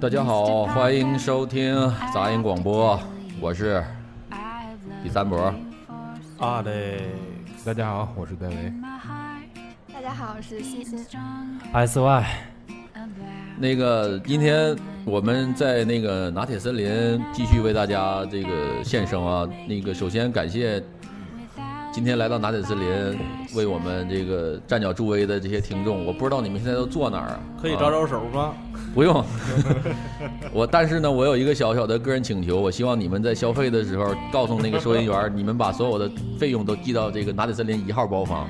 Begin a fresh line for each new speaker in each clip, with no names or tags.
大家好，欢迎收听杂音广播，我是第三博。
啊嘞，
大家好，我是戴维。
大家好，我是欣欣。
S Y，
那个，今天我们在那个拿铁森林继续为大家这个献声啊。那个，首先感谢今天来到拿铁森林为我们这个站脚助威的这些听众。我不知道你们现在都坐哪儿啊，
可以招招手吗？
啊
不用，我但是呢，我有一个小小的个人请求，我希望你们在消费的时候告诉那个收银员，你们把所有的费用都寄到这个拿铁森林一号包房。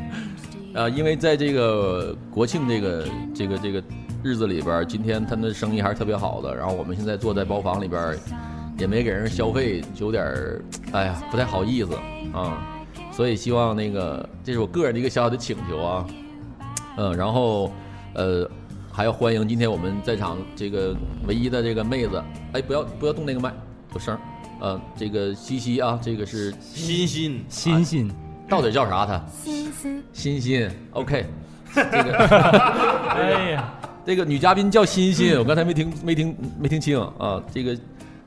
呃，因为在这个国庆这个这个这个日子里边儿，今天他们的生意还是特别好的。然后我们现在坐在包房里边儿，也没给人消费，就有点儿哎呀不太好意思啊。所以希望那个这是我个人的一个小小的请求啊。嗯，然后呃，还要欢迎今天我们在场这个唯一的这个妹子，哎，不要不要动那个麦，有声儿。呃，这个西西啊，这个是
欣欣，
欣
啊
欣，
到底叫啥？她
欣欣，
欣欣，OK，这个
哎呀，
这个女嘉宾叫欣欣，我刚才没听没听没听清啊，这个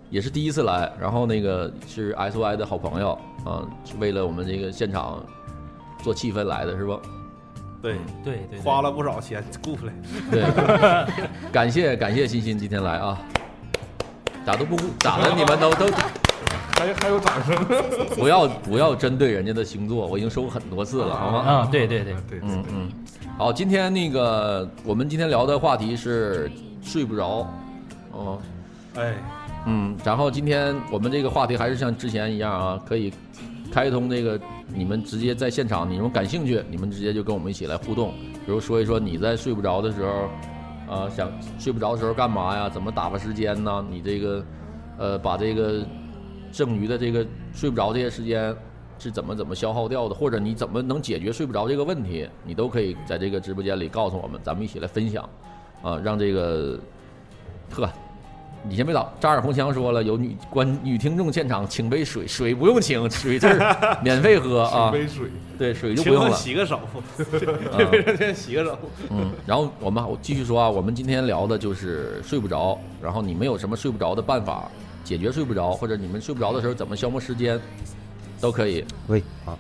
也是第一次来，然后那个是 SY 的好朋友啊，是为了我们这个现场做气氛来的是吧？
对，
对对，对
花了不少钱雇来，
对， 感谢感谢欣欣今天来啊，咋都不咋的，你们都都
还有还有掌声。
不要不要针对人家的星座，我已经说过很多次了，好吗？
啊，对对对，
对，
嗯嗯，好，今天那个我们今天聊的话题是睡不着，哦，
哎，
嗯，然后今天我们这个话题还是像之前一样啊，可以开通这个，你们直接在现场，你们感兴趣，你们直接就跟我们一起来互动，比如说一说你在睡不着的时候，呃，想睡不着的时候干嘛呀？怎么打发时间呢？你这个，呃，把这个剩余的这个睡不着这些时间是怎么怎么消耗掉的，或者你怎么能解决睡不着这个问题，你都可以在这个直播间里告诉我们，咱们一起来分享，啊，让这个，呵，你先别打，扎尔红强说了，有女观女听众现场请杯水，水不用请，水字儿 免费喝
请
啊，
杯水。
对，水就不
请
用
我
了。
洗个手，
啊
这边先洗个手。
嗯，然后我们我继续说啊，我们今天聊的就是睡不着，然后你们有什么睡不着的办法解决睡不着，或者你们睡不着的时候怎么消磨时间，都可以。
喂，好，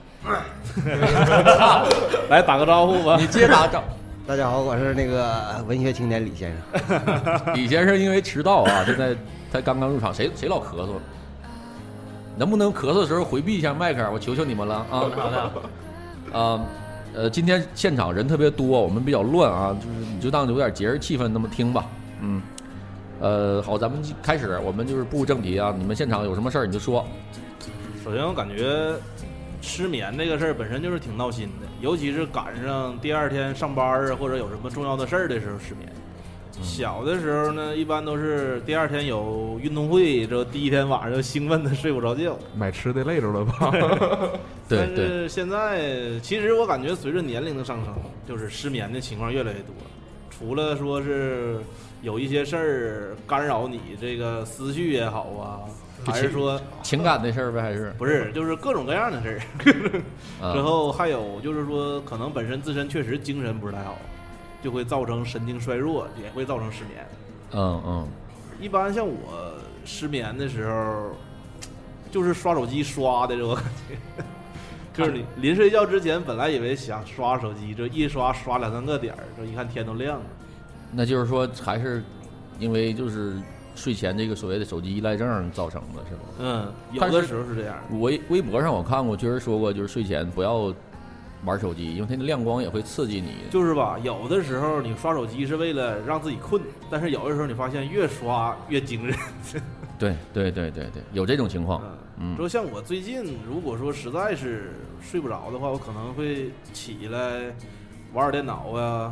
来打个招呼吧
你。接啊打招，
大家好，我是那个文学青年李先 生。
李先生因为迟到啊，现在才刚刚入场，谁谁老咳嗽，能不能咳嗽的时候回避一下麦克？我求求你们了啊！
好的，
啊、呃，今天现场人特别多，我们比较乱啊，就是你就当有点节日气氛那么听吧。嗯，呃，好，咱们开始，我们就是不务正题啊。你们现场有什么事儿你就说。
首先，我感觉失眠这个事儿本身就是挺闹心的，尤其是赶上第二天上班儿啊，或者有什么重要的事儿的时候失眠。
嗯
小的时候呢，一般都是第二天有运动会，这第一天晚上就兴奋的睡不着觉。
买吃的累着了吧？
对
但
对，
是现在，其实我感觉随着年龄的上升，就是失眠的情况越来越多。除了说是有一些事儿干扰你这个思绪也好啊，
就
还是
情
说
情感的事儿呗，还是
不是，就是各种各样的事儿。
啊
之后还有就是说，可能本身自身确实精神不是太好，就会造成神经衰弱，也会造成失眠。
嗯嗯
一般像我失眠的时候，就是刷手机刷的，我感觉。就是你临睡觉之前，本来以为想刷手机，这一刷刷两三个点儿，这一看天都亮了。
那就是说还是因为就是睡前这个所谓的手机依赖症造成的，是吧？
嗯，有
但
的
是
时候是这样的。
微微博上我看过，确实说过，就是睡前不要玩手机，因为它的亮光也会刺激你。
就是吧，有的时候你刷手机是为了让自己困，但是有的时候你发现越刷越精神。
对对对对对，有这种情况。嗯
嗯，说像我最近如果说实在是睡不着的话，我可能会起来玩会儿电脑啊，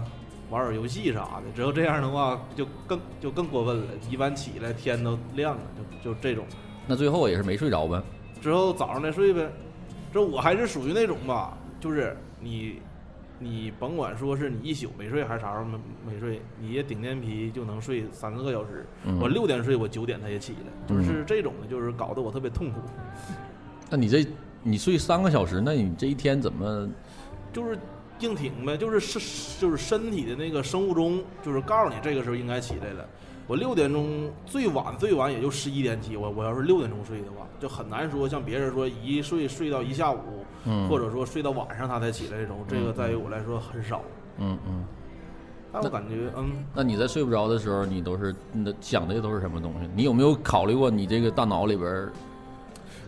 玩会儿游戏啥的。只有这样的话，就更就更过分了。一般起来天都亮了，就就这种。
那最后也是没睡着呗。
之后早上再睡呗。这我还是属于那种吧，就是你你甭管说是你一宿没睡还是啥时候没没睡，你也顶天皮就能睡三四个小时。
嗯
我六点睡，我九点他也起来，就是这种的，就是搞得我特别痛苦。
那你这你睡三个小时，那你这一天怎么？
就是硬挺呗，就是身就是身体的那个生物钟，就是告诉你这个时候应该起来了。我六点钟最晚最晚也就十一点起，我我要是六点钟睡的话，就很难说像别人说一睡睡到一下午，
嗯
或者说睡到晚上他才起来这种，这个在于我来说很少。
嗯嗯。
但我感觉，嗯，
那你在睡不着的时候，你都是你的想的都是什么东西？你有没有考虑过你这个大脑里边儿？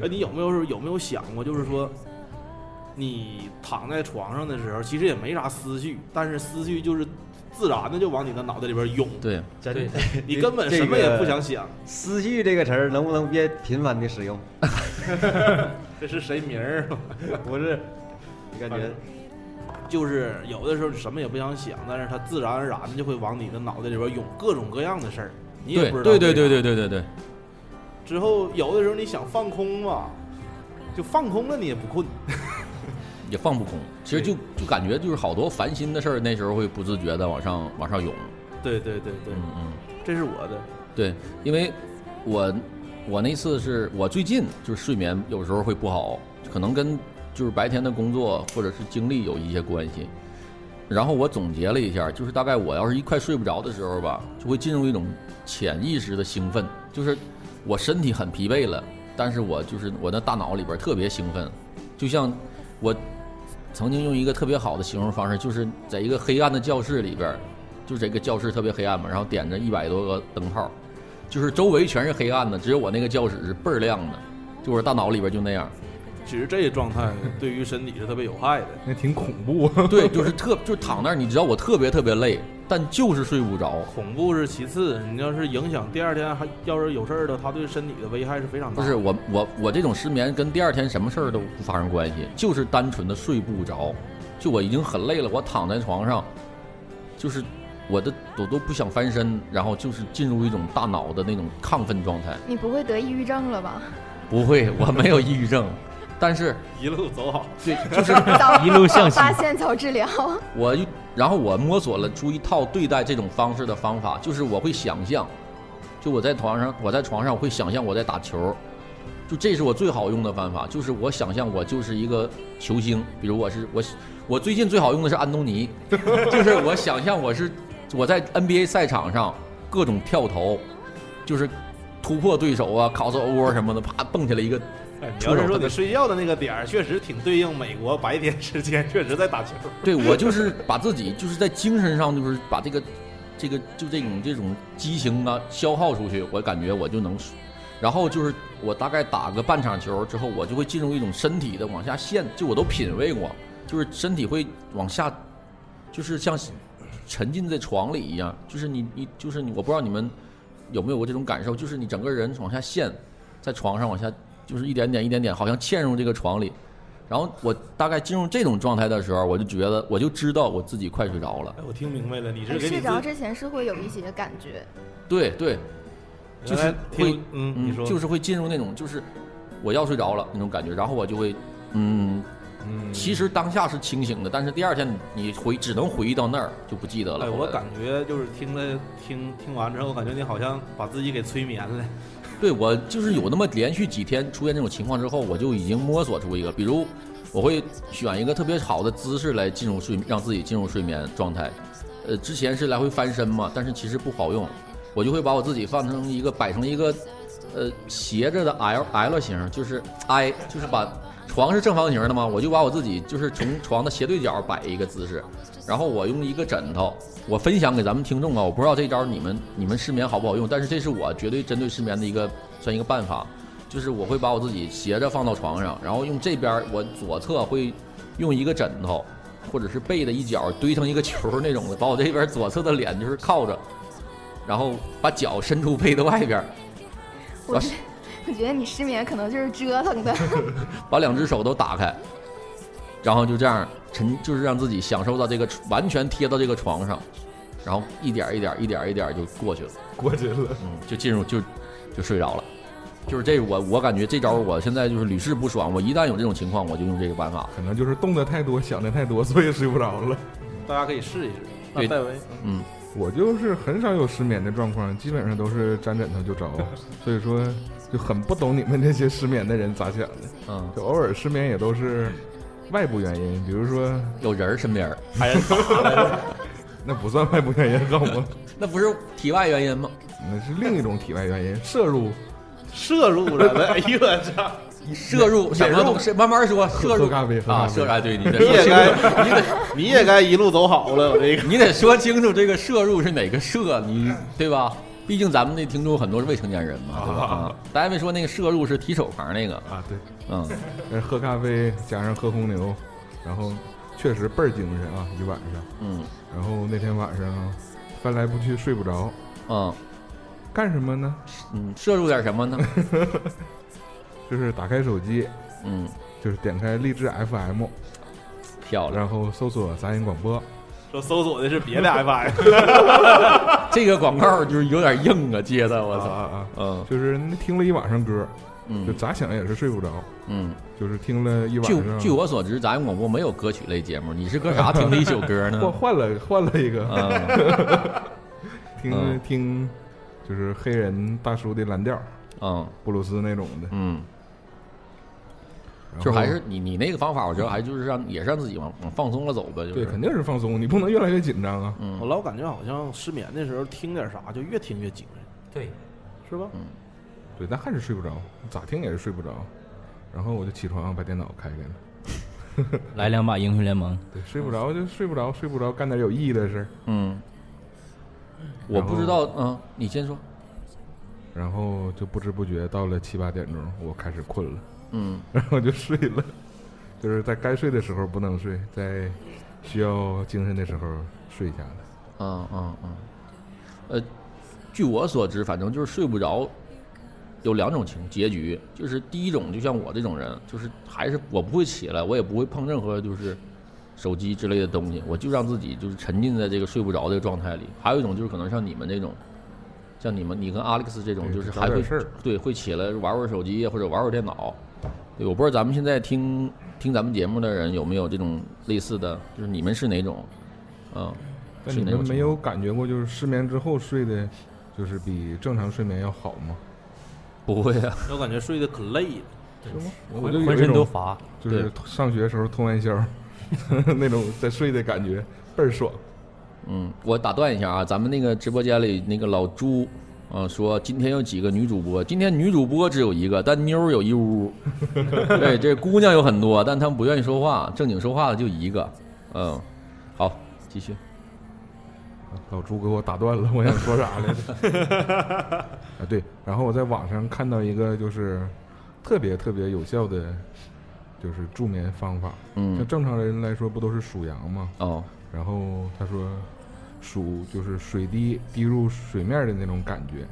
哎，你有没有有没有想过，就是说，你躺在床上的时候，其实也没啥思绪，但是思绪就是自然的就往你的脑袋里边涌，
对，
真
对
的，
你根本什么也不想
这个。
想。
思绪这个词儿能不能别频繁的使用？
这是谁名儿？
不是，你感觉
就是有的时候你什么也不想想，但是它自然而然的就会往你的脑袋里边涌各种各样的事儿，你也
对
不知道
对
为啥。
对对对对对对，
之后有的时候你想放空吧，就放空了，你也不困。
也放不空。其实就就感觉就是好多烦心的事儿，那时候会不自觉的往上往上涌。
对对对对
嗯，嗯。
这是我的。
对，因为我我那次是我最近就是睡眠有时候会不好，可能跟就是白天的工作或者是精力有一些关系。然后我总结了一下，就是大概我要是一快睡不着的时候吧，就会进入一种潜意识的兴奋，就是我身体很疲惫了，但是我就是我的大脑里边特别兴奋，就像我曾经用一个特别好的形容方式，就是在一个黑暗的教室里边，就是这个教室特别黑暗嘛，然后点着一百多个灯泡，就是周围全是黑暗的，只有我那个教室是倍儿亮的，就我大脑里边就那样。
其实这个状态对于身体是特别有害的。
嗯
那挺恐怖。啊
对，就是特就躺那儿，你知道我特别特别累，但就是睡不着。
恐怖是其次，你要是影响第二天还要是有事儿的，它对身体的危害是非常大。
不是，我我我这种失眠跟第二天什么事儿都不发生关系，就是单纯的睡不着。就我已经很累了，我躺在床上，就是我的我都不想翻身，然后就是进入一种大脑的那种亢奋状态。
你不会得抑郁症了吧？
不会，我没有抑郁症，但是
一路走好，
对，就是
早
一 路向西
发现早治疗，
我一，然后我摸索了出一套对待这种方式的方法，就是我会想象，就我在床上，我在床上我会想象我在打球，就这是我最好用的办法，就是我想象我就是一个球星，比如我是我，我最近最好用的是安东尼，就是我想象我是我在 NBA 赛场上各种跳投，就是突破对手啊，cross over 什么的，啪蹦起来一个，
哎你要是说你睡觉的那个点儿，确实挺对应美国白天时间，确实在打球。
对我就是把自己就是在精神上就是把这个这个就这种这种激情啊消耗出去，我感觉我就能，然后就是我大概打个半场球之后，我就会进入一种身体的往下陷，就我都品味过，就是身体会往下，就是像沉浸在床里一样，就是你你就是你，我不知道你们有没有过这种感受，就是你整个人往下陷，在床上往下就是一点点一点点，好像嵌入这个床里。然后我大概进入这种状态的时候，我就觉得我就知道我自己快睡着了。
哎，我听明白了，你是给
睡
你
着
自
之前是会有一些感觉，
对对，就
原
是
来
会
听嗯，你说
就是会进入那种就是我要睡着了那种感觉，然后我就会嗯，
嗯，
其实当下是清醒的，但是第二天你你回只能回忆到那儿就不记得了。
哎，
后
我
来
感觉就是听了听听完之后，感觉你好像把自己给催眠了。
对我就是有那么连续几天出现这种情况之后，我就已经摸索出一个，比如我会选一个特别好的姿势来进入睡，让自己进入睡眠状态。呃，之前是来回翻身嘛，但是其实不好用，我就会把我自己放成一个摆成一个呃斜着的 L L 型，就是 I，就是把床是正方形的嘛，我就把我自己就是从床的斜对角摆一个姿势，然后我用一个枕头，我分享给咱们听众啊，我不知道这招你们你们失眠好不好用，但是这是我绝对针对失眠的一个算一个办法，就是我会把我自己斜着放到床上，然后用这边儿我左侧会用一个枕头或者是被的一角堆成一个球儿那种的，把我这边左侧的脸就是靠着，然后把脚伸出被的外边儿，
我
把
觉我觉得你失眠可能就是折腾的，
把两只手都打开，然后就这样沉，就是让自己享受到这个完全贴到这个床上，然后一点儿一点儿一点儿一点儿就过去了，
过去了。
嗯，就进入就就睡着了。就是这我我感觉这招我现在就是屡试不爽，我一旦有这种情况我就用这个办法。
可能就是动的太多，想的太多，所以睡不着了。
大家可以试一试。
对
那戴 维，
嗯，
我就是很少有失眠的状况，基本上都是沾枕头就着，啊所以说就很不懂你们这些失眠的人咋想的。
嗯，
就偶尔失眠也都是外部原因，比如说
有人儿身边儿，
哎呀，
那不算外部原因，好吗？
那不是体外原因吗？
那是另一种体外原因，摄入
摄入了的，哎呦我操！
摄入什么东西？慢慢说，摄入
喝咖啡喝
啊，
咖啡
摄入哎，对 你得
你
说
也
清楚，
该，你得，你也该一路走好了。我这个
你得说清楚这个摄入是哪个摄，
嗯
你对吧？毕竟咱们的听众很多是未成年人嘛，对吧？啊，大家没说那个摄入是提手旁那个，
啊，对，
嗯，
但是呃喝咖啡加上喝红牛，然后确实倍儿精神啊，一晚上。
嗯
然后那天晚上翻来覆去睡不着，
嗯
干什么呢？
嗯，摄入点什么呢？
就是打开手机，
嗯，
就是点开荔枝 FM，
漂亮。
然后搜索杂音广播。
说搜索的是别的 FM，
这个广告就是有点硬啊，接的我
啊
操，
啊！
嗯
就是那听了一晚上歌，就
嗯
咋想也是睡不着，
嗯。
就是听了一晚
据
上。
据我所知，咱广播没有歌曲类节目，你是 搁啥听的一宿歌呢
换？换了换了一个，
嗯
听
嗯
听就是黑人大叔的蓝调，
嗯
布鲁斯那种的，
嗯，
然后
就还是你你那个方法，我觉得还就是让也是让自己往往放松了走呗，就
对，
是嗯
肯定是放松，你不能越来越紧张啊。
我老感觉好像失眠的时候听点啥就越听越精神，
对，
是吧？
对，但还是睡不着，咋听也是睡不着。然后我就起床把电脑开开了，
来两把英雄联盟，
对，睡不着就睡不着，睡不着干点有意义的事儿。
嗯，我不知道，嗯，你先说，
然后就不知不觉到了七八点钟，我开始困了，
嗯
然后就睡了，就是在该睡的时候不能睡，在需要精神的时候睡一下子。
嗯嗯嗯，呃，据我所知，反正就是睡不着。有两种情结局，就是第一种，就像我这种人，就是还是我不会起来，我也不会碰任何就是手机之类的东西，我就让自己就是沉浸在这个睡不着的状态里。还有一种就是可能像你们这种，像你们你跟 Alex 这种，
对
就是
找
还
点
会
事儿
对会起来玩会儿手机或者玩会儿电脑。对，我不知道咱们现在听听咱们节目的人有没有这种类似的，就是你们是哪种？嗯，
但
是
你
哪种
们没
情况
有感觉过，就是失眠之后睡的，就是比正常睡眠要好吗？
不会啊？
我感觉睡得可累了。
是吗？我就有
浑
一
身都
种
乏。
就是上学时候通完宵 那种在睡的感觉，倍儿爽。
嗯，我打断一下啊，咱们那个直播间里那个老朱，啊，说今天有几个女主播，今天女主播只有一个，但妞儿有一屋。 对，这姑娘有很多，但她们不愿意说话，正经说话的就一个。嗯，好，继续。
老朱给我打断了，我想说啥来着？ 啊，对，然后我在网上看到一个就是特别特别有效的，就是助眠方法。
嗯
像，正常人来说，不都是数羊吗？
哦，
然后他说，数就是水滴滴入水面的那种感觉，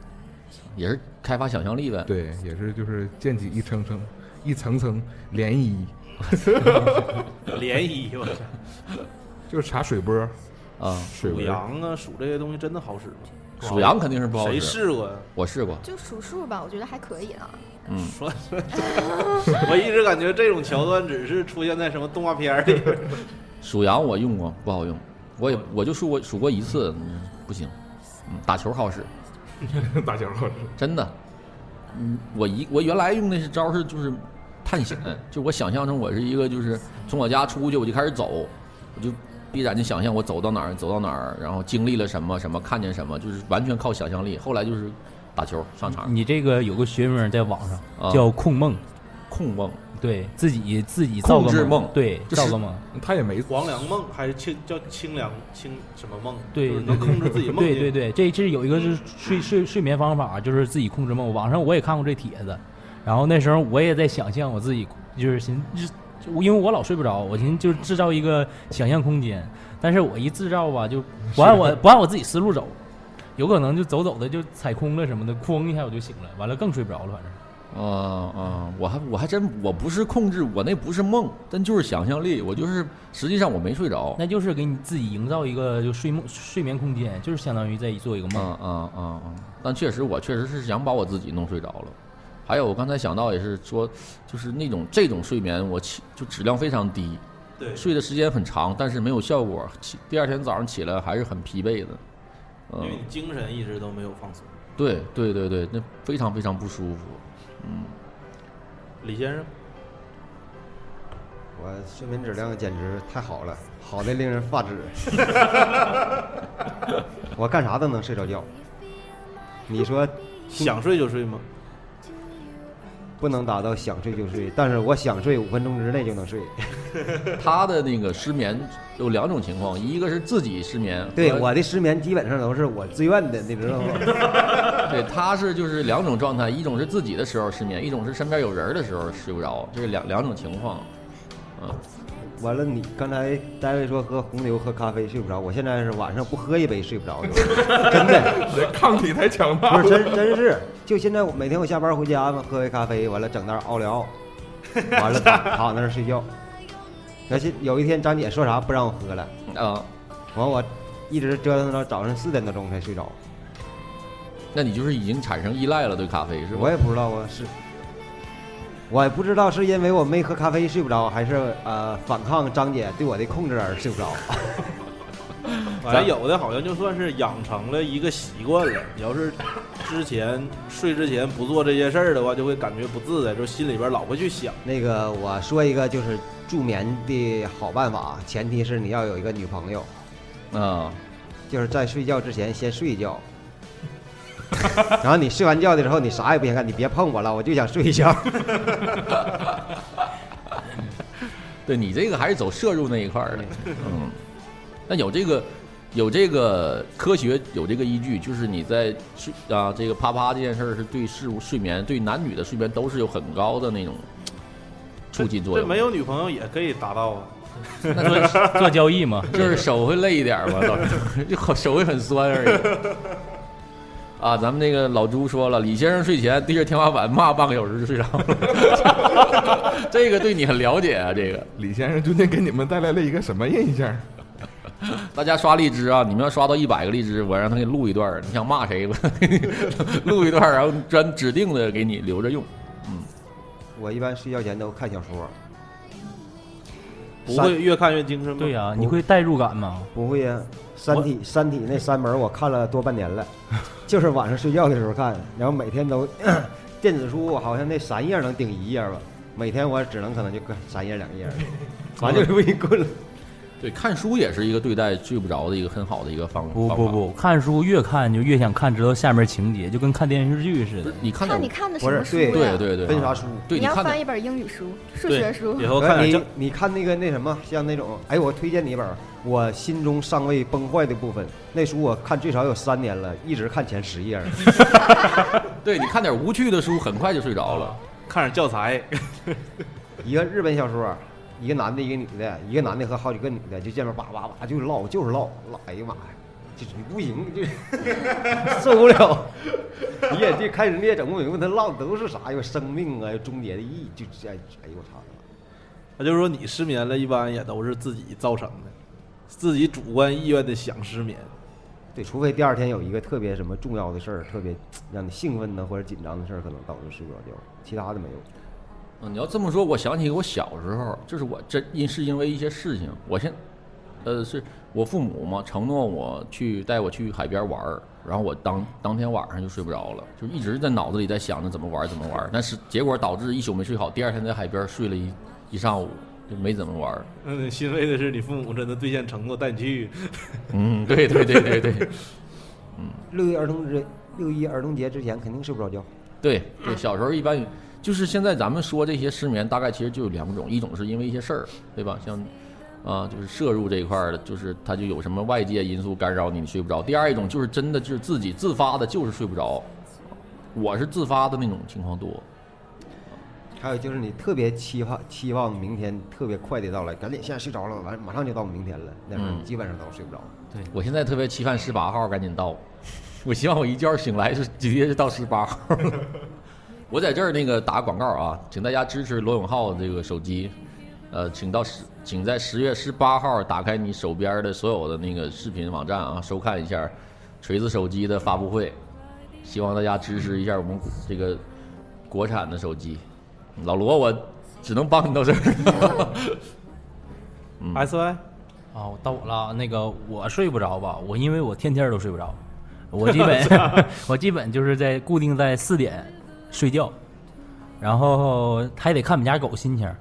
也是开发想象力
嗯
呗。
对，也是就是溅起一层层、一层层涟漪，
涟漪， 我操！
就是查水波，
啊，
水
数
波。
羊啊，数这些东西真的好使吗？
数羊肯定是不好
谁
使，
试过呀？
我试过。
就数数吧，我觉得还可以啊呢。
嗯，
说说，我一直感觉这种桥段只是出现在什么动画片儿里。
数羊我用过，不好用。我也我就数过数过一次，嗯不行。嗯，打球好使。
大小老师，
真的，嗯，我一我原来用的是招儿是就是探险，就我想象中我是一个就是从我家出去我就开始走，我就闭着眼睛想象我走到哪儿走到哪儿，然后经历了什么什么看见什么，就是完全靠想象力。后来就是打球上场
你这个有个学名在网
啊
上叫控梦，
控梦，
对自己自己造
控
个
制梦
梦，对，
这
造
是
个梦，
他也没
黄粱梦还是清叫清凉清什么梦？
对
就是能
对
控制自己梦
对
境。
对对，这这有一个是睡睡睡眠方法，就是自己控制梦。网上我也看过这帖子，然后那时候我也在想象我自己，就是寻，就因为我老睡不着，我寻思就是制造一个想象空间，但是我一制造吧，就不按我不按我自己思路走，有可能就走走的就踩空了什么的，哐一下我就醒了，完了更睡不着了，反正。
啊啊！我还我还真我不是控制，我那不是梦，但就是想象力，我就是实际上我没睡着。
那就是给你自己营造一个就睡梦睡眠空间，就是相当于在
嗯
做一个
啊
梦。
啊啊啊！但确实，我确实是想把我自己弄睡着了。还有，我刚才想到也是说，就是那种这种睡眠，我起就质量非常低，
对
睡的时间很长，但是没有效果。起第二天早上起来还是很疲惫的。
因
嗯
为，你精神一直都没有放松。
对对对对，那非常 非常不舒服。嗯，
李先生，
我睡眠质量简直太好了，好的令人发 指。我干啥都能睡着觉。你说
嗯
想睡就睡吗？
不能达到想睡就睡，但是我想睡五分钟之内就能睡。
他的那个失眠有两种情况，一个是自己失眠，
对
和
我的失眠基本上都是我自愿的，你知道吗？
对，他是就是两种状态，一种是自己的时候失眠，一种是身边有人的时候睡不着，这是两两种情况。嗯，
完了你，刚才大卫说喝红牛喝咖啡睡不着，我现在是晚上不喝一杯睡不着， 真的
你这抗体太强大
不
了
是。真真是，就现在我每天我下班回家嘛，喝杯咖啡，完了整袋奥利奥，完了躺躺那儿睡觉。而且有一天张姐说啥不让我喝了，
啊，
完我一直折腾到早上四点多钟才睡着，
那你就是已经产生依赖了对咖啡是吧
我？也不知道啊是。我也不知道是因为我没喝咖啡睡不着，还是呃反抗张姐对我的控制而睡不着。
反正哎有的好像就算是养成了一个习惯 了。你要是之前睡之前不做这些事儿的话，就会感觉不自在，就心里边老会去想。
那个我说一个就是助眠的好办法，啊前提是你要有一个女朋友，
啊，
就是在睡觉之前先睡一觉， 然后你睡完觉的时候你啥也不想干，你别碰我了，我就想睡一觉。
对你这个还是走摄入那一块儿的，嗯，那有这个有这个科学有这个依据，就是你在睡啊这个啪啪这件事儿是对事物睡眠对男女的睡眠都是有很高的那种促进作
这
用
没。有女朋友也可以达到啊。
做做交易嘛，
就是手会累一点嘛，到时候 就好手会很酸而已。啊，咱们那个老朱说了，李先生睡前对着天花板骂半个小时就睡着了，这个对你很了解啊。这个
李先生究竟给你们带来了一个什么印象？
大家刷荔枝啊，你们要刷到一百个荔枝，我让他给你录一段儿，你想骂谁， 我给你录一段儿，然后专指定的给你留着用，
我一般睡觉前都看小说，
不会越看越精神吗？
对啊呀、你会代入感吗？
不会呀、三体》《三体》那三本我看了多半 年了，就是晚上睡觉的时候看，然后每天都 电子书，我好像那三页能顶一页吧，每天我只能可能就看三页两页，完就给你困了。
对，看书也是一个对待睡不着的一个很好的一个方
不
方
不
法，
不，看书越看就越想看知道下面情节，就跟看电视剧似的。
你看
看你
点
看的什
不是
么书
对
呀
对？对啊对，
分啥书？
对
你要
看点
翻一本英语书、数
对
学书
以，后
不是
看点
哎
哎
你
正，
你看那个那什么，像那种，哎，我推荐你一本儿《我心中尚未崩坏的部分》，那书我看最少有三年了，一直看前十页儿。
对你看点无趣的书，很快就睡着了。
看点教材，
一个日本小说，一个男的，一个女的，一个男的和好几个女的就见面叭叭叭就唠，就是唠，唠，哎呀妈呀，这你不行，这 受不了。你也这开始你也整不明白他唠的都是啥，有生命啊，有终结的意义，就这样，哎呦我操！
那就是说你失眠了，一般也都是自己造成的，自己主观意愿的想失眠。
对，除非第二天有一个特别什么重要的事儿，特别让你兴奋的或者紧张的事儿，可能导致睡不着觉，其他的没有。
嗯，你要这么说，我想起我小时候，就是我真因是因为一些事情，我先，呃，是我父母嘛承诺我去带我去海边玩儿，然后我当当天晚上就睡不着了，就一直在脑子里在想着怎么玩儿怎么玩儿，但是结果导致一宿没睡好，第二天在海边睡了一一上午，就没怎么玩儿。
嗯，欣慰的是你父母真的兑现承诺带你去。
嗯，对对对对对
六一儿童节，六一儿童节之前肯定睡不着觉。
对对，小时候一般就是现在咱们说这些失眠，大概其实就有两种，一种是因为一些事儿，对吧？像啊，就是摄入这一块儿的，就是它就有什么外界因素干扰你，你睡不着。第二一种就是真的就是自己自发的，就是睡不着。我是自发的那种情况多，
还有就是你特别期望期望明天特别快的到来，赶紧现在睡着了，完马上就到明天了，那时候
嗯
基本上都睡不着。
我现在特别期盼十八号赶紧到，我希望我一觉醒来是直接就到十八号。 我在这儿那个打广告啊，请大家支持罗永浩这个手机，呃，请到十，请在十月十八号打开你手边的所有的那个视频网站啊，收看一下锤子手机的发布会，希望大家支持一下我们这个国产的手机。老罗，我只能帮你到这儿。
嗯
S Y，
啊，我到我了。那个我睡不着吧，我因为我天天都睡不着， 我基本我基本就是在固定在四点睡觉，然后还得看我们家狗心情儿。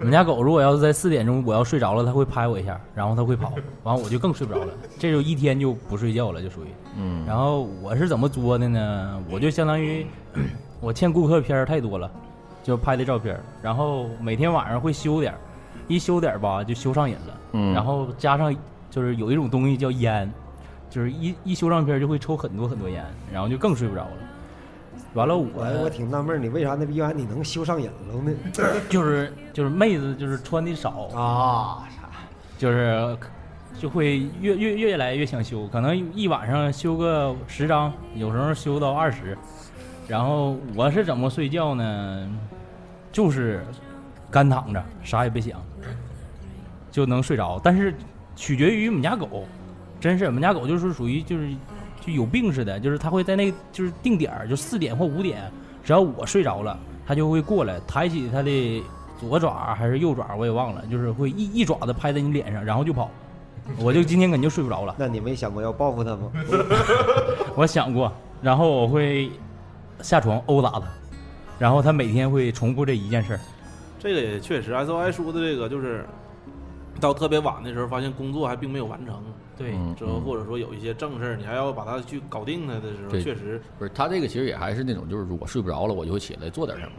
我们家狗如果要是在四点钟我要睡着了，它会拍我一下，然后它会跑，完我就更睡不着了，这就一天就不睡觉了，就属于。
嗯，
然后我是怎么作的呢？我就相当于 我欠顾客片儿太多了，就拍的照片儿，然后每天晚上会修点儿，一修点儿吧就修上瘾了，
嗯
然后加上就是有一种东西叫烟，就是一一修照片儿就会抽很多很多烟，然后就更睡不着了。完了我
我我挺纳闷儿，你为啥那逼玩意儿你能修上瘾了呢？
就是就是妹子就是穿的少，
啊，啥？
就是就会越越越来越想修，可能一晚上修个十张，有时候修到二十。然后我是怎么睡觉呢？就是干躺着，啥也别想，就能睡着。但是取决于我们家狗，真是我们家狗就是属于就是就有病似的，就是它会在那个就是定点儿，就四点或五点，只要我睡着了，它就会过来，抬起它的左爪还是右爪，我也忘了，就是会一一爪子拍在你脸上，然后就跑。我就今天肯定睡不着了，
那你没想过要报复他吗？
我想过，然后我会下床殴打它，然后它每天会重复这一件事儿。
这个也确实，S O I 说的这个就是，到特别晚的时候，发现工作还并没有完成，
对
嗯
之后或者说有一些正事儿，你还要把它去搞定它的时候，
对
确实
不是他这个其实也还是那种，就是我睡不着了，我就会起来做点什么，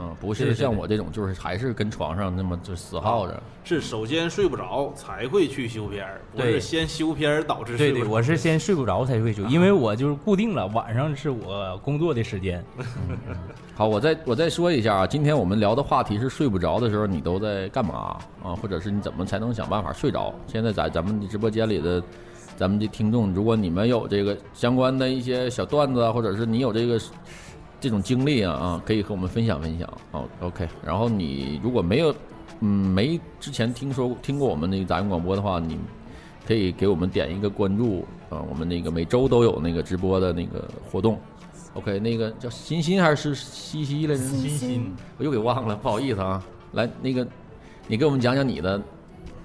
嗯，不
对
是
对对
像我这种就是还是跟床上那么就死耗着，
是首先睡不着才会去修片儿，不
对
是先修片儿导致睡
对
不
对，
着。
我是先睡不着才会
啊
修，因为我就是固定了晚上是我工作的时间。
好，我再我再说一下啊，今天我们聊的话题是睡不着的时候你都在干嘛啊，或者是你怎么才能想办法睡着？现在在咱们直播间里的咱们的听众，如果你们有这个相关的一些小段子啊，或者是你有这个这种经历啊啊，可以和我们分享分享啊。OK，然后你如果没有嗯没之前听说过听过我们那个杂音广播的话，你可以给我们点一个关注啊，我们那个每周都有那个直播的那个活动。OK，那个叫欣欣还是西西来着？
欣欣，
我又给忘了，不好意思啊。来，那个你给我们讲讲你的，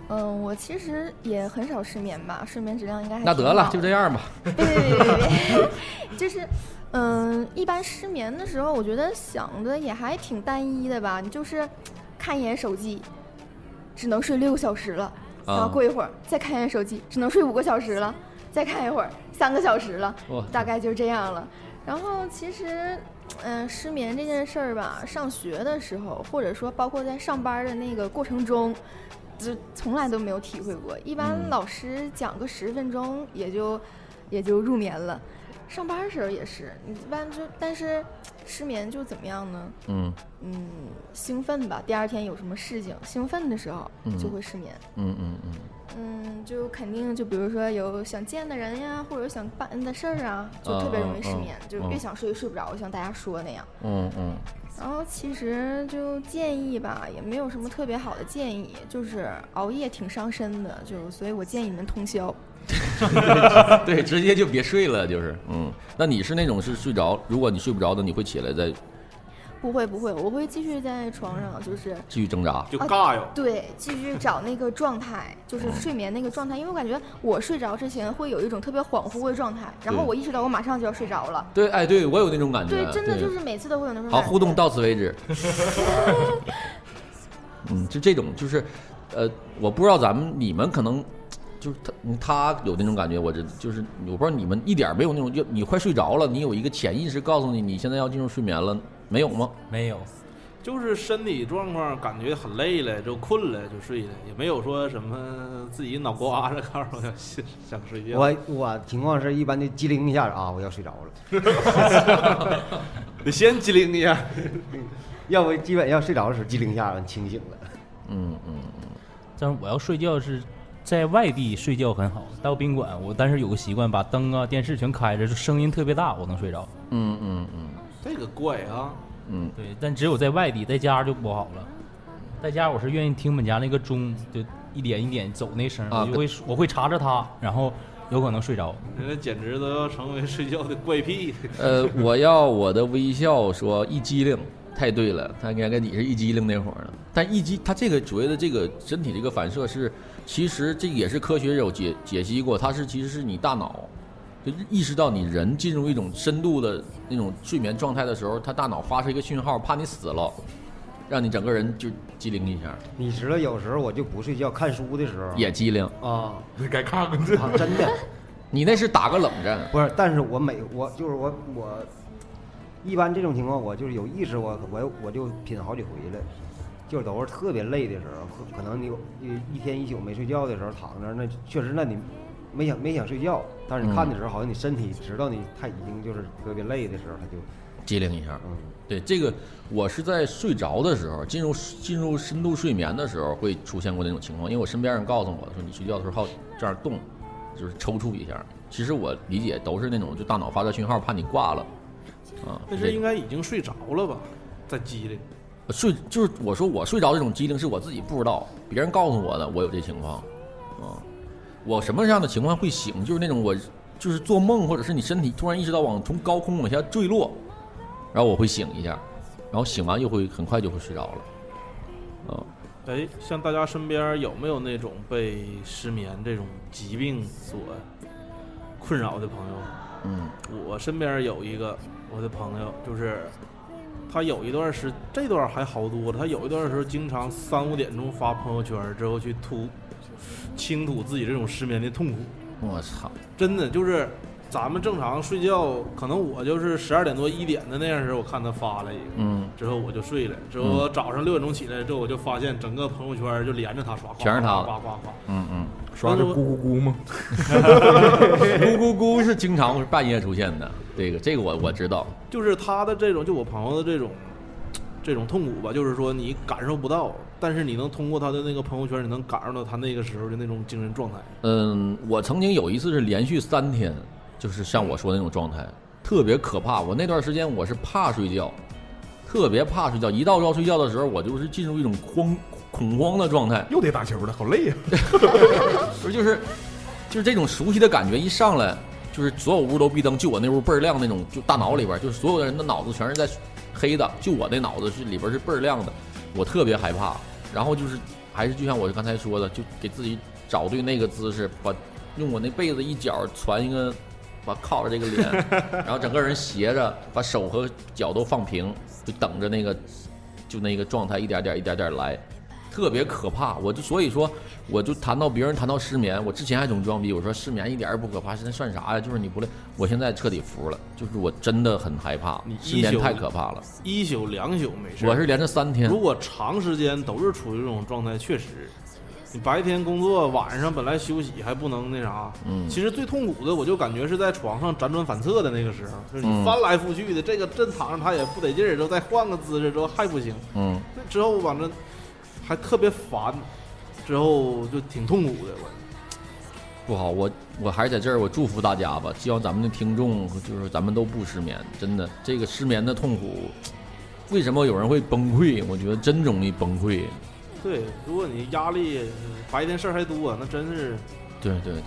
嗯，我其实也很少失眠吧，睡眠质量应该还
那
挺
得了，
好
就
的
这样吧。
别别别别别，就是，嗯，一般失眠的时候，我觉得想的也还挺单一的吧，你就是看一眼手机，只能睡六个小时了，然后
啊
过一会儿再看一眼手机，只能睡五个小时了，再看一会儿三个小时了，
哇，
大概就这样了。然后其实，嗯、失眠这件事儿吧，上学的时候，或者说包括在上班的那个过程中，就从来都没有体会过。一般
嗯
老师讲个十分钟，也就也就入眠了。上班的时候也是，你一般就但是失眠就怎么样呢？
嗯
嗯，兴奋吧，第二天有什么事情，兴奋的时候就
嗯
会失眠。
嗯嗯嗯，
嗯，就肯定就比如说有想见的人呀，或者想办的事儿啊，就特别容易失
嗯嗯嗯
眠，就
嗯
越想睡越睡不着，就像大家说那样。
嗯嗯，
然后其实就建议吧，也没有什么特别好的建议，就是熬夜挺伤身的，就所以我建议你们通宵。
啊对，直接就别睡了，就是，嗯。那你是那种是睡着，如果你睡不着的，你会起来再
不会不会，我会继续在床上，就是
继续挣扎。
就
啊
尬哟，
对，继续找那个状态，
嗯
就是睡眠那个状态，因为我感觉我睡着之前会有一种特别恍惚的状态，然后
对
我意识到我马上就要睡着了。
对，哎，对我有那种感觉。
对，真的就是每次都会有那种
好，
感
互
觉
动到此为 止。嗯，就这种，就是，呃，我不知道咱们你们可能就是他他有那种感觉，我这就是我不知道你们一点儿没有那种，就你快睡着了，你有一个潜意识告诉你你现在要进入睡眠了，没有吗？
没有，
就是身体状况感觉很累了，就困了就睡了，也没有说什么自己脑瓜子告诉我想想睡觉。
我我情况是一般就机灵一下啊，我要睡着了，
得先机灵一下，
要不基本要睡着的时候机灵一下清醒了。
嗯嗯
但是我要睡觉是在外地睡觉很好，到宾馆我但是有个习惯，把灯啊电视全开着，就声音特别大，我能睡着。
嗯嗯嗯
这个怪啊！
嗯
对，但只有在外地，在家就不好了。在家我是愿意听我们家那个钟，就一点一点走那声儿，
啊
我就会我会查着它，然后有可能睡着。
那简直都要成为睡觉的怪癖。
呃，我要我的微笑说一激灵，太对了，他应该跟你是一激灵那会儿了。但一激，他这个所谓的这个身体这个反射是，其实这也是科学有解解析过，它是其实是你大脑，就意识到你人进入一种深度的那种睡眠状态的时候，他大脑发出一个讯号，怕你死了，让你整个人就机灵一下，
你知道，有时候我就不睡觉看书的时候
也机灵。
啊，
该看看这
啊真的
你那是打个冷战，
不是。但是我每我就是我我，一般这种情况我就是有意识我我我就品好几回了，就是都是特别累的时候，可可能你你一天一宿没睡觉的时候躺那儿，那确实那你没想没想睡觉，但是你看的时候好像你身体知道你他已经就是特别累的时候，他就
机灵一下。
嗯
对，这个我是在睡着的时候，进入进入深度睡眠的时候会出现过那种情况，因为我身边人告诉我说，你睡觉的时候好这样动，就是抽搐一下。其实我理解都是那种就大脑发出讯号，怕你挂了，啊，是这
那是
种
应该已经睡着了吧？在机灵，
睡就是我说我睡着这种机灵是我自己不知道，别人告诉我的，我有这情况，啊，我什么样的情况会醒？就是那种我就是做梦，或者是你身体突然意识到往从高空往下坠落，然后我会醒一下，然后醒完又会很快就会睡着了，啊，
哎，像大家身边有没有那种被失眠这种疾病所困扰的朋友？
嗯，
我身边有一个我的朋友，就是他有一段时，这段还好多了。他有一段时候经常三五点钟发朋友圈之后去吐，倾吐自己这种失眠的痛苦。
我操，
真的就是，咱们正常睡觉，可能我就是十二点多一点的那样时候，我看他发了一个，
嗯，
之后我就睡了。之后我早上六点钟起来之后，我就发现整个朋友圈就连着他刷，
全是他
夸夸夸夸。
嗯嗯，
刷着咕咕咕吗？
咕咕咕是经常半夜出现的，这个这个我我知道，
就是他的这种，就我朋友的这种，这种痛苦吧，就是说你感受不到，但是你能通过他的那个朋友圈，你能感受到他那个时候的那种精神状态。
嗯，我曾经有一次是连续三天，就是像我说的那种状态，特别可怕。我那段时间我是怕睡觉，特别怕睡觉。一到要睡觉的时候，我就是进入一种慌恐慌的状态，
又得打球了，好 累呀、
不是就是就是这种熟悉的感觉一上来，就是所有屋都闭灯，就我那屋倍儿亮那种，就大脑里边就是所有的人的脑子全是在黑的，就我那脑子是里边是倍儿亮的，我特别害怕。然后就是还是就像我刚才说的，就给自己找对那个姿势，把用我那被子一角攒一个，把靠着这个脸，然后整个人斜着，把手和脚都放平，就等着那个就那个状态一点点一点点来。特别可怕，我就所以说，我就谈到别人谈到失眠，我之前还总装逼，我说失眠一点儿也不可怕，现在算啥呀？就是你不累，我现在彻底服了，就是我真的很害怕
你，
失
一
眠
宿
太可怕了。
一宿两宿没事儿，
我是连着三天
如，果长时间都是处于这种状态，确实，你白天工作，晚上本来休息还不能那啥。
嗯
其实最痛苦的，我就感觉是在床上辗转反侧的那个时候，就是你
嗯
翻来覆去的，这个正躺着他也不得劲儿，之后再换个姿势之后还不行，
嗯，
那之后反正还特别烦，之后就挺痛苦的。我
不好，我我还是在这儿，我祝福大家吧，希望咱们的听众就是咱们都不失眠，真的，这个失眠的痛苦，为什么有人会崩溃？我觉得真容易崩溃。
对，如果你压力呃白天事儿还多，那真是
对对对。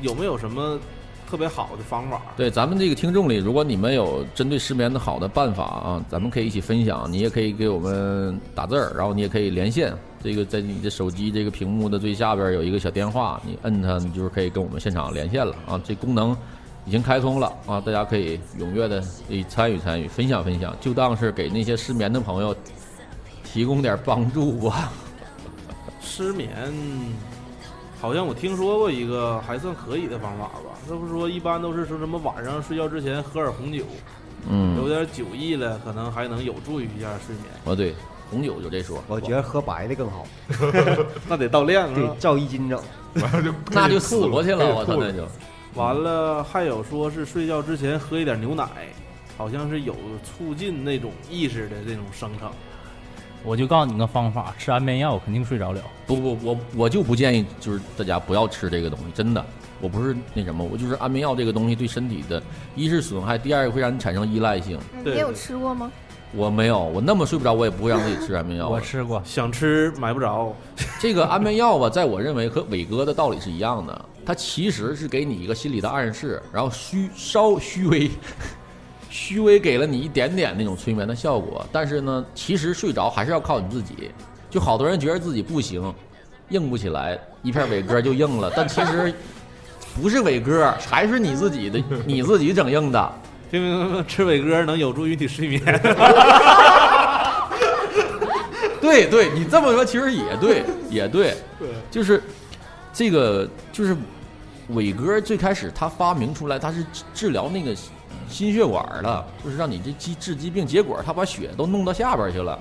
有没有什么特别好的方法？
对，咱们这个听众里，如果你们有针对失眠的好的办法啊，咱们可以一起分享。你也可以给我们打字儿，然后你也可以连线。这个在你的手机这个屏幕的最下边有一个小电话，你摁它，你就是可以跟我们现场连线了啊。这功能已经开通了啊，大家可以踊跃的参与参与，分享分享，就当是给那些失眠的朋友提供点帮助吧。
失眠，好像我听说过一个还算可以的方法吧。那不是说一般都是说什么晚上睡觉之前喝点红酒，有
嗯，
点酒意了，可能还能有助于一下睡眠。
哦对，红酒有这说，
我觉得喝白的更好，
那得到量
对，照一斤整。
完了就
那就死过去了，我操，
操
那就
完了，还有说是睡觉之前喝一点牛奶，好像是有呃促进那种意识的这种生成。
我就告诉你个方法，吃安眠药肯定睡着了。
不不，我我就不建议，就是大家不要吃这个东西，真的，我不是那什么，我就是安眠药这个东西对身体的，一是损害，第二个会让你产生依赖性。
嗯你
对
也有
对
吃过吗？
我没有，我那么睡不着，我也不会让自己吃安眠药。
我吃过，
想吃买不着，
这个安眠药吧，在我认为和伟哥的道理是一样的，它其实是给你一个心理的暗示，然后虚稍虚微，虚微给了你一点点那种催眠的效果，但是呢，其实睡着还是要靠你自己。就好多人觉得自己不行，硬不起来，一片伟哥就硬了，但其实 不是伟哥，还是你自己的，你自己整硬的。
听明白吗？ 吃伟哥能有助于你睡眠。
对对，你这么说其实也对，也对，就是这个就是伟哥最开始他发明出来，他是治治疗那个心血管儿的，就是让你这疾治疾病，结果他把血都弄到下边儿去了，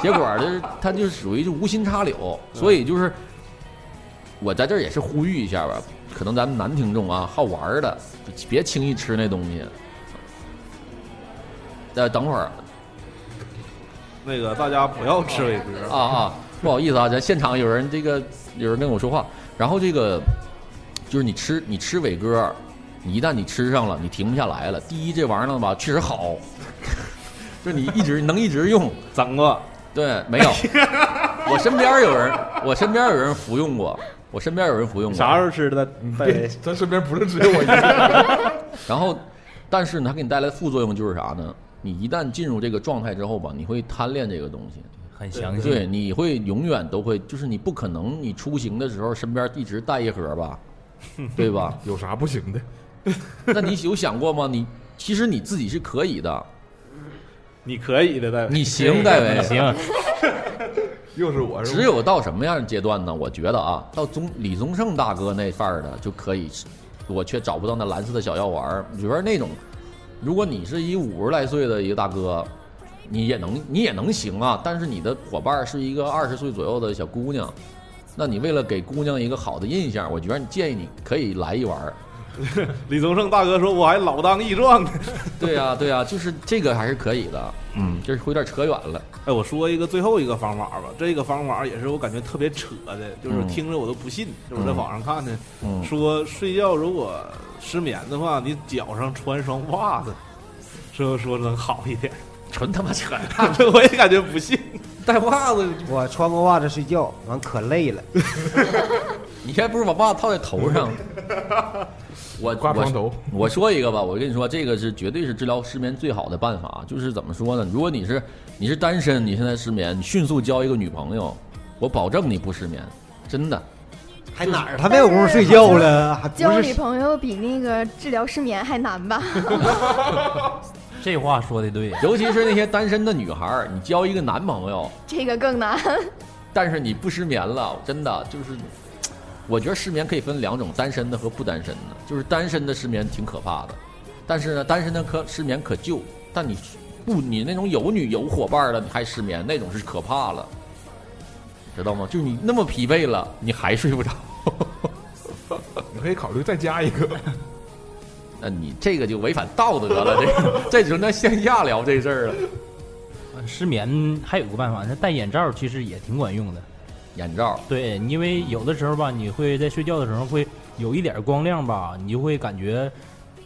结果就是他就属于就无心插柳，所以就是我在这儿也是呼吁一下吧，可能咱们男听众啊好玩儿的，就别轻易吃那东西。呃，等会儿
那个大家不要吃伟哥
啊啊，不好意思啊，咱现场有人这个有人跟我说话，然后这个就是你吃你吃伟哥，你一旦你吃上了，你停不下来了。第一这玩意儿呢吧，确实好， 就是你一直能一直用。
整过，
对，没有，我身边有人，我身边有人服用过，我身边有人服用过。
啥时候吃的？
别，咱身边不是只有我一个。
然后，但是呢，它给你带来副作用就是啥呢？你一旦进入这个状态之后吧，你会贪恋这个东西。
很详细。
对，你会永远都会，就是你不可能，你出行的时候身边一直带一盒吧，对吧？
有啥不行的？
那你有想过吗？你其实你自己是可以的，
你可以的，大夫。
你行，戴维，
行，
又是我是
只有到什么样的阶段呢？我觉得啊，到宗李宗盛大哥那范儿的就可以，我却找不到那蓝色的小药丸儿。你说那种，如果你是一五十来岁的一个大哥，你也能你也能行啊，但是你的伙伴儿是一个二十岁左右的小姑娘，那你为了给姑娘一个好的印象，我觉得你建议你可以来一丸儿。
李宗盛大哥说：“我还老当益壮呢。
对呀、对呀、啊就是这个还是可以的。嗯，这是有点扯远了。”
哎，我说一个最后一个方法吧，这个方法也是我感觉特别扯的，就是
嗯
听着我都不信，就是我在网上看的，
嗯，
说睡觉如果失眠的话，你脚上穿双袜子，说说能好 一点。
纯他妈扯淡，
这我也感觉不信，
带袜子，
我穿过袜子睡觉，完可累了。
你还不如把袜子套在头上。我
挂床头
我我说一个吧，我跟你说，这个是绝对是治疗失眠最好的办法。就是怎么说呢？如果你是你是单身，你现在失眠，你迅速交一个女朋友，我保证你不失眠，真的。
还哪儿他没有功夫睡觉了？还
交
不
女
是
朋友比那个治疗失眠还难吧？
这话说的对。
尤其是那些单身的女孩儿，你交一个男朋友，
这个更难。
但是你不失眠了，真的就是，我觉得失眠可以分两种，单身的和不单身的。就是单身的失眠挺可怕的，但是呢，单身的可失眠可救，但你不你那种有女有伙伴了，你还失眠，那种是可怕了，知道吗？就你那么疲惫了，你还睡不着，
你可以考虑再加一个。
那你这个就违反道德了，这个这只能在线下聊这事儿了。
失眠还有个办法，那戴眼罩其实也挺管用的。
眼罩，
对，因为有的时候吧，你会在睡觉的时候会有一点光亮吧，你就会感觉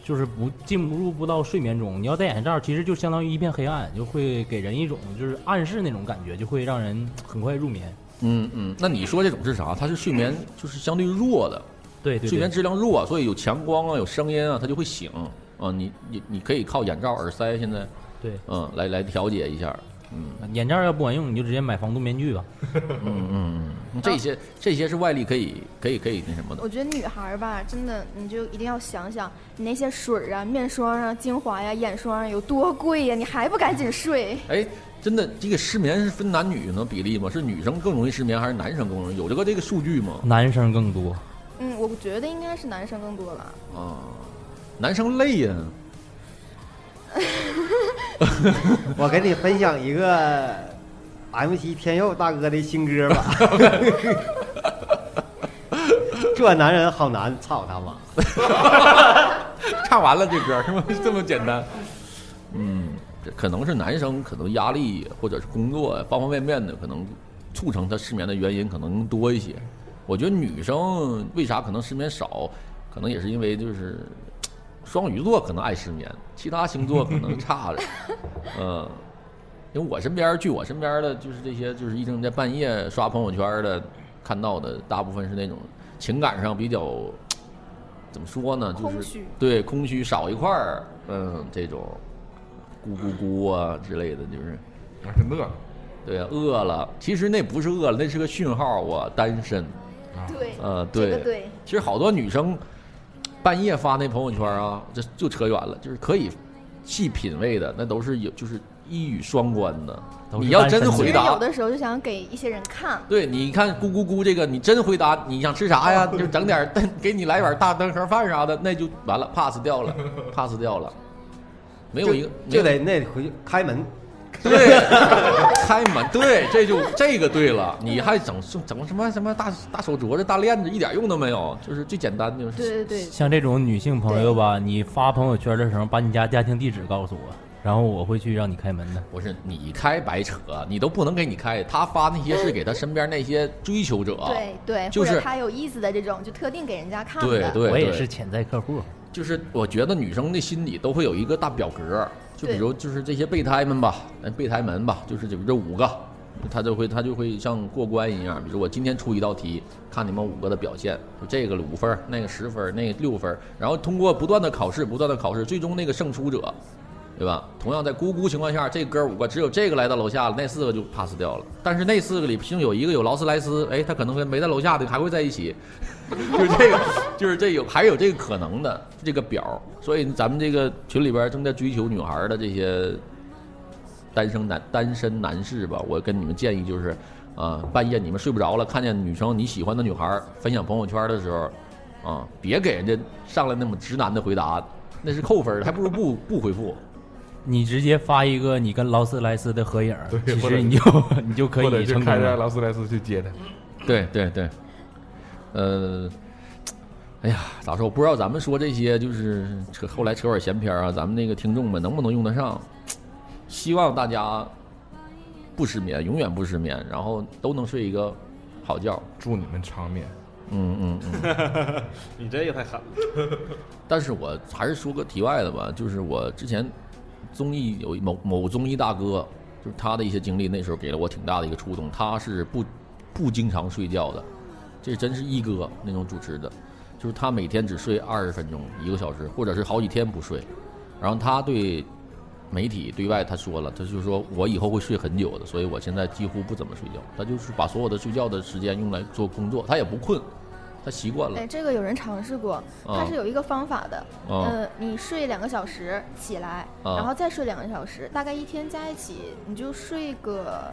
就是不进入不到睡眠中。你要戴眼罩，其实就相当于一片黑暗，就会给人一种就是暗示那种感觉，就会让人很快入眠。
嗯嗯，那你说这种是啥？它是睡眠就是相对弱的，
对对
睡眠
对，
质量弱，所以有强光啊，有声音啊，它就会醒啊。你你你可以靠眼罩、耳塞，现在
对
嗯，来来调节一下。
啊
嗯
眼罩要不管用，你就直接买防毒面具吧。
嗯嗯嗯，这些这些是外力可以可以可以那什么的。
我觉得女孩儿吧，真的你就一定要想想，你那些水儿啊、面霜啊、精华呀、眼霜啊有多贵呀、你还不赶紧睡？
哎，真的，这个失眠是分男女呢比例吗？是女生更容易失眠还是男生更容易？有这个这个数据吗？
男生更多，
嗯，我觉得应该是男生更多吧。
啊，男生累呀、
我给你分享一个 MC 天佑大哥的新歌吧。 这男人好难，操他妈！
唱完了这歌是吗？这么简单？嗯，这可能是男生可能压力或者是工作呀方方面面的，可能促成他失眠的原因可能多一些。我觉得女生为啥可能失眠少，可能也是因为就是嘖双鱼座可能爱失眠，其他星座可能差 着。嗯，因为我身边，据我身边的就是这些，就是一直在半夜刷朋友圈的看到的，大部分是那种情感上比较嘖怎么说呢，就是
空虚
对空虚少一块儿，嗯，这种咕咕咕啊之类的，就是
我是乐了，
对啊饿了。其实那不是饿了，那是个讯号，我单身。
对
呃，
这
对
个对，
其实好多女生半夜发那朋友圈啊，这就扯远了，就是可以细品味的，那都是有就是一语双关的。
都是
你要真
单身
回
其实
答，
有的时候就想给一些人看，
对，你看咕咕咕这个，你真回答你想吃啥呀？就整点儿，但给你来碗大灯盒饭啥的，那就完了，pass 掉了，pass 掉了，没有一个
就
没有
得那得回去开门，
对开门，对，这就这个对了，你还整整什么什么大大手镯子、大链子，一点用都没有，就是最简单的就是
对对对，
像这种女性朋友吧，你发朋友圈的时候，把你家家庭地址告诉我，然后我会去让你开门的。
不是你开白扯，你都不能给你开。他发那些是给他身边那些追求者，
对对，
啊就
或者
是
他有意思的这种，就特定给人家看
对
的。
对，
我也
对
是潜在客户，
就是我觉得女生的心里都会有一个大表格，就比
对
如就是这些备胎们吧，哎备胎们吧，就是比如这五个，他就会他就会像过关一样，比如我今天出一道题，看你们五个的表现，就这个五分儿，那个十分儿，那个六分儿，然后通过不断的考试，不断的考试，最终那个胜出者，对吧？同样在咕咕情况下，这哥五个只有这个来到楼下了，那四个就 pass 掉了。但是那四个里，其中有一个有劳斯莱斯，哎，他可能跟没在楼下的还会在一起，就是这个，就是这有还是有这个可能的这个表。所以咱们这个群里边正在追求女孩的这些单身男单身男士吧，我跟你们建议就是，啊、半夜你们睡不着了，看见女生你喜欢的女孩分享朋友圈的时候，啊、别给人家上来那么直男的回答，那是扣分的，还不如不不回复。
你直接发一个你跟劳斯莱斯的合影，
对
其
或者
实你就 你就可
或者
以
就
成功
开着
了。
劳斯莱斯去接他。
对对对，呃，哎呀，咋说？我不知道咱们说这些就是扯后来扯会儿闲篇儿啊，咱们那个听众们能不能用得上？希望大家不失眠，永远不失眠，然后都能睡一个好觉。
祝你们长眠。
嗯嗯嗯。
你这个太狠了。
但是我还是说个题外的吧，就是我之前综艺有一某某综艺大哥，就是他的一些经历，那时候给了我挺大的一个触动。他是不不经常睡觉的，这真是一哥那种主持的，就是他每天只睡二十分钟，一个小时，或者是好几天不睡。然后他对媒体对外他说了，他就说我以后会睡很久的，所以我现在几乎不怎么睡觉。他就是把所有的睡觉的时间用来做工作，他也不困，他习惯了
哎，。这个有人尝试过，它
啊
是有一个方法的。
啊
呃，你睡两个小时起来，
啊
然后再睡两个小时，大概一天加一起，你就睡个，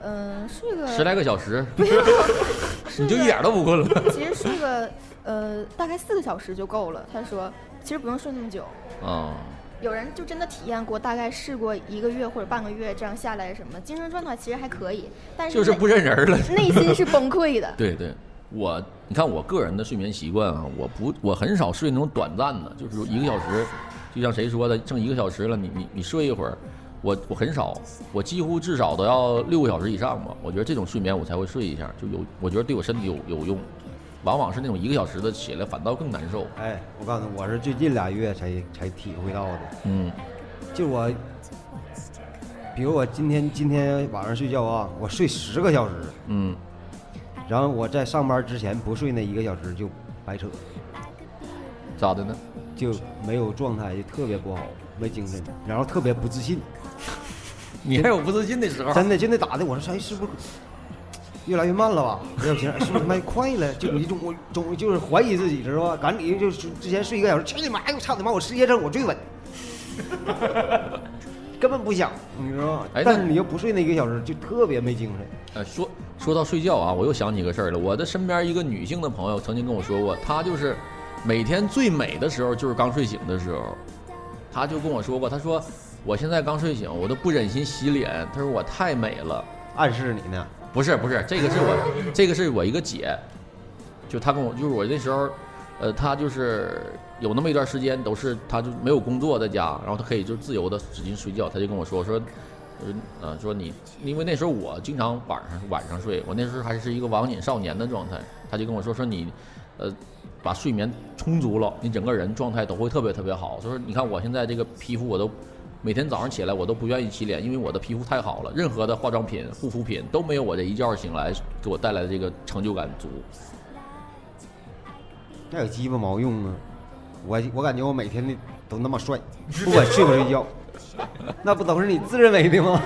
嗯、睡个
十来个小时，
睡
你就一
个
点都不困 了
其实睡个呃大概四个小时就够了。他说，其实不用睡那么久。
啊！
有人就真的体验过，大概试过一个月或者半个月，这样下来什么精神状态其实还可以，但是
就是
内
不认人了。。
内心是崩溃的
对对，我你看我个人的睡眠习惯啊，我不我很少睡那种短暂的，就是说一个小时，就像谁说的，剩一个小时了，你你你睡一会儿，我我很少，我几乎至少都要六个小时以上吧。我觉得这种睡眠我才会睡一下，就有我觉得对我身体有有用。往往是那种一个小时的起来反倒更难受。
哎，我告诉你，我是最近俩月才才体会到的。
嗯
就我，比如我今天今天晚上睡觉啊，我睡十个小时，
嗯，
然后我在上班之前不睡那一个小时就白扯，
咋的呢？
就没有状态，就特别不好，没精神，然后特别不自信，
你还有不自信的时候。
真的就那咋的，我说哎，是不是越来越慢了 吧？没有精神，哎是不是他妈快了？就你总我总就是怀疑自己，知道吧？赶紧就是之前睡一个小时，去你妈！哎呦，操你妈！我失业证我 最稳。根本不想，你知道吗？
哎那
但是你要不睡那一个小时，就特别没精神。
呃，说说到睡觉啊，我又想起个事儿了。我的身边一个女性的朋友曾经跟我说过，她就是每天最美的时候就是刚睡醒的时候。她就跟我说过，她说我现在刚睡醒，我都不忍心洗脸。她说我太美了。
暗示你呢。
不是不是，这个是我这个是我一个姐，就她跟我就是我那时候，呃，她就是有那么一段时间都是她就没有工作在家，然后她可以就自由的使劲睡觉，她就跟我说说，嗯、呃，说你因为那时候我经常晚上晚上睡，我那时候还是一个网瘾少年的状态，她就跟我说说你，呃。把睡眠充足了，你整个人状态都会特别特别好。就是你看我现在这个皮肤，我都每天早上起来我都不愿意洗脸，因为我的皮肤太好了，任何的化妆品、护肤品都没有我这一觉醒来给我带来的这个成就感足。
那有鸡巴毛用啊！我我感觉我每天的都那么帅，不管睡不睡觉，那不都是你自认为的吗？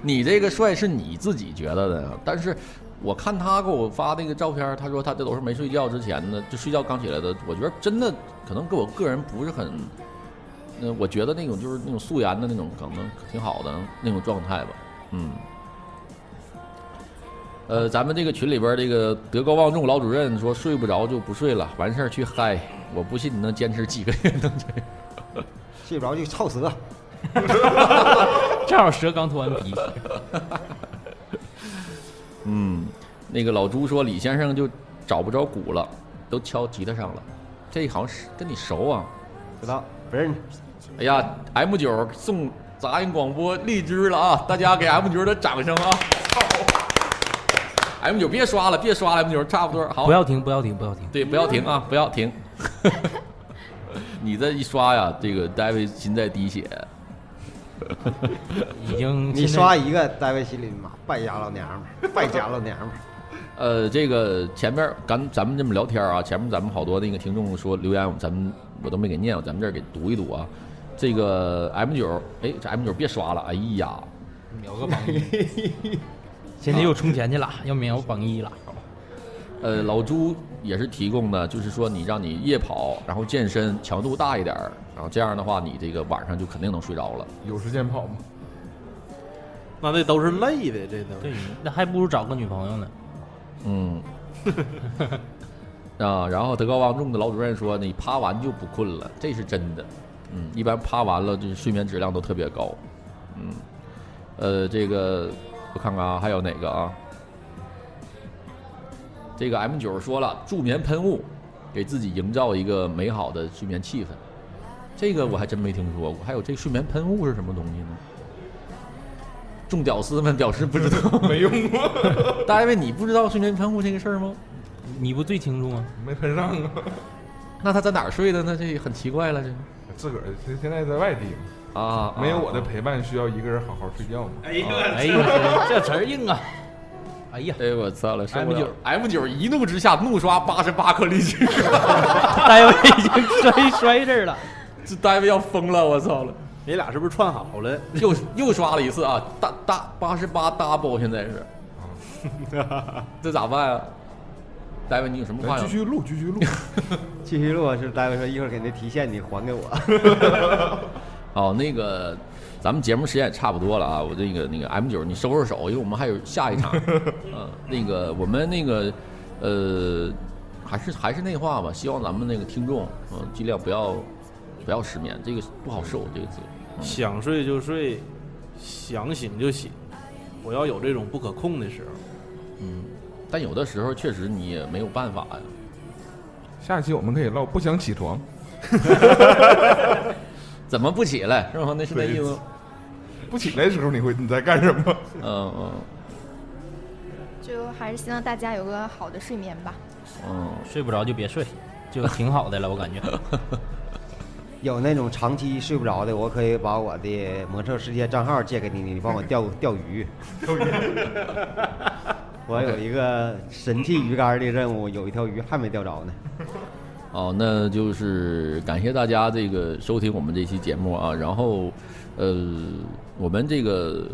你这个帅是你自己觉得的，但是我看他给我发那个照片，他说他这都是没睡觉之前的，就睡觉刚起来的。我觉得真的可能跟我个人不是很，那我觉得那种就是那种素颜的那种，可能挺好的那种状态吧。嗯。呃，咱们这个群里边儿这个德高望重老主任说睡不着就不睡了，完事儿去嗨。我不信你能坚持几个月能这样。
睡不着就操舌，
正好蛇刚脱完皮，
嗯，那个老朱说李先生就找不着鼓了，都敲吉他上了。这好像是跟你熟啊。
知道不认
哎呀，M 九送杂音广播荔枝了啊！大家给 M 九的掌声啊！M 九别刷了，别刷了，M 九差不多好
不。要停，不要停，不要停。
对，不要停啊，不要停。 你这一刷呀，这个 David 心在滴血。
已经
你刷一个，大卫心里妈败家老娘 们儿，败家老娘们儿。
呃，这个前面咱咱们这么聊天啊，前面咱们好多那个听众说留言，我们咱们我都没给念，咱们这儿给读一读啊。这个 M 九，哎，这 M 九别刷了，哎呀，
秒个榜一， 现在又充钱去了，要秒榜一了。
呃，老朱也是提供的，就是说你让你夜跑，然后健身，强度大一点儿，然后这样的话，你这个晚上就肯定能睡着了。
有时间跑吗？
那这都是累的，这都
对
是。，
那还不如找个女朋友呢。
嗯，啊，然后德高望重的老主任说，你趴完就不困了，这是真的。嗯，一般趴完了，就是睡眠质量都特别高。嗯，呃，这个我看看啊，还有哪个啊？这个 M 九说了，助眠喷雾，给自己营造一个美好的睡眠气氛。这个我还真没听说过，还有这睡眠喷雾是什么东西呢？众屌丝们表示不知道，
没用过，
大卫，你不知道睡眠喷雾这个事儿吗？
你不最清楚吗？
没喷上啊。
那他在哪儿睡的呢？这很奇怪了，这
自个儿现现在在外地，
啊，
没有我的陪伴，需要一个人好好睡觉吗？
哎呀，
哎呀，这词儿硬啊！哎呀，
哎呦我操了
M 九
M 九一怒之下怒刷八十八颗荔枝，
大卫已经摔摔这儿了。
这单位要疯了，我操了，
你俩是不是串好了？
又又刷了一次啊，大大八十八 double 现在 是，这咋办啊？大卫，你有什么话
来
要
哎继？续录，继续录。
继续录，是大卫说一会儿给那提现你还给 我。
哦，那个，咱们节目时间也差不多了啊，我这个那个 M 九，你收收手，因为我们还有下一场。嗯，那个我们那个，呃，还是还是那话吧，希望咱们那个听众，嗯、尽量不要不要失眠，这个不好受，这个字。
想睡就睡，想醒就醒，不要有这种不可控的时候。
嗯，但有的时候确实你也没有办法呀、
下期我们可以唠不想起床，
怎么不起来是吗？那是那意思吗。
不起来的时候你会你在干什么？
嗯嗯
就还是希望大家有个好的睡眠吧。
嗯，
睡不着就别睡，就挺好的了，我感觉。
有那种长期睡不着的，我可以把我的魔兽世界账号借给你，你帮我 钓钓鱼。 我有一个神器鱼竿的任务，有一条鱼还没钓着呢。
哦，那就是感谢大家这个收听我们这期节目啊。然后，呃，我们这个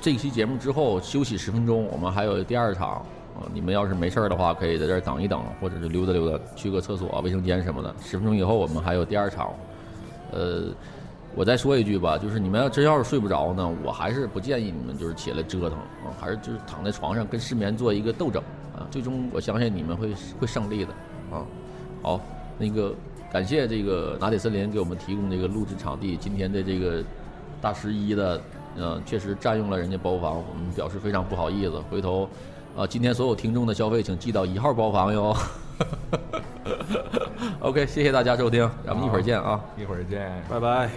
这期节目之后休息十分钟，我们还有第二场啊。你们要是没事儿的话，可以在这儿等一等，或者是溜达溜达，去个厕所、啊卫生间什么的。十分钟以后，我们还有第二场。呃，我再说一句吧，就是你们要真要是睡不着呢，我还是不建议你们就是起来折腾啊，还是就是躺在床上跟失眠做一个斗争啊。最终，我相信你们会会胜利的啊。好，那个感谢这个拿铁森林给我们提供这个录制场地。今天的这个大十一的，呃，确实占用了人家包房，我们表示非常不好意思。回头，呃，今天所有听众的消费请记到一号包房哟。OK，谢谢大家收听，咱们一会儿见啊。
一会儿见。
拜拜。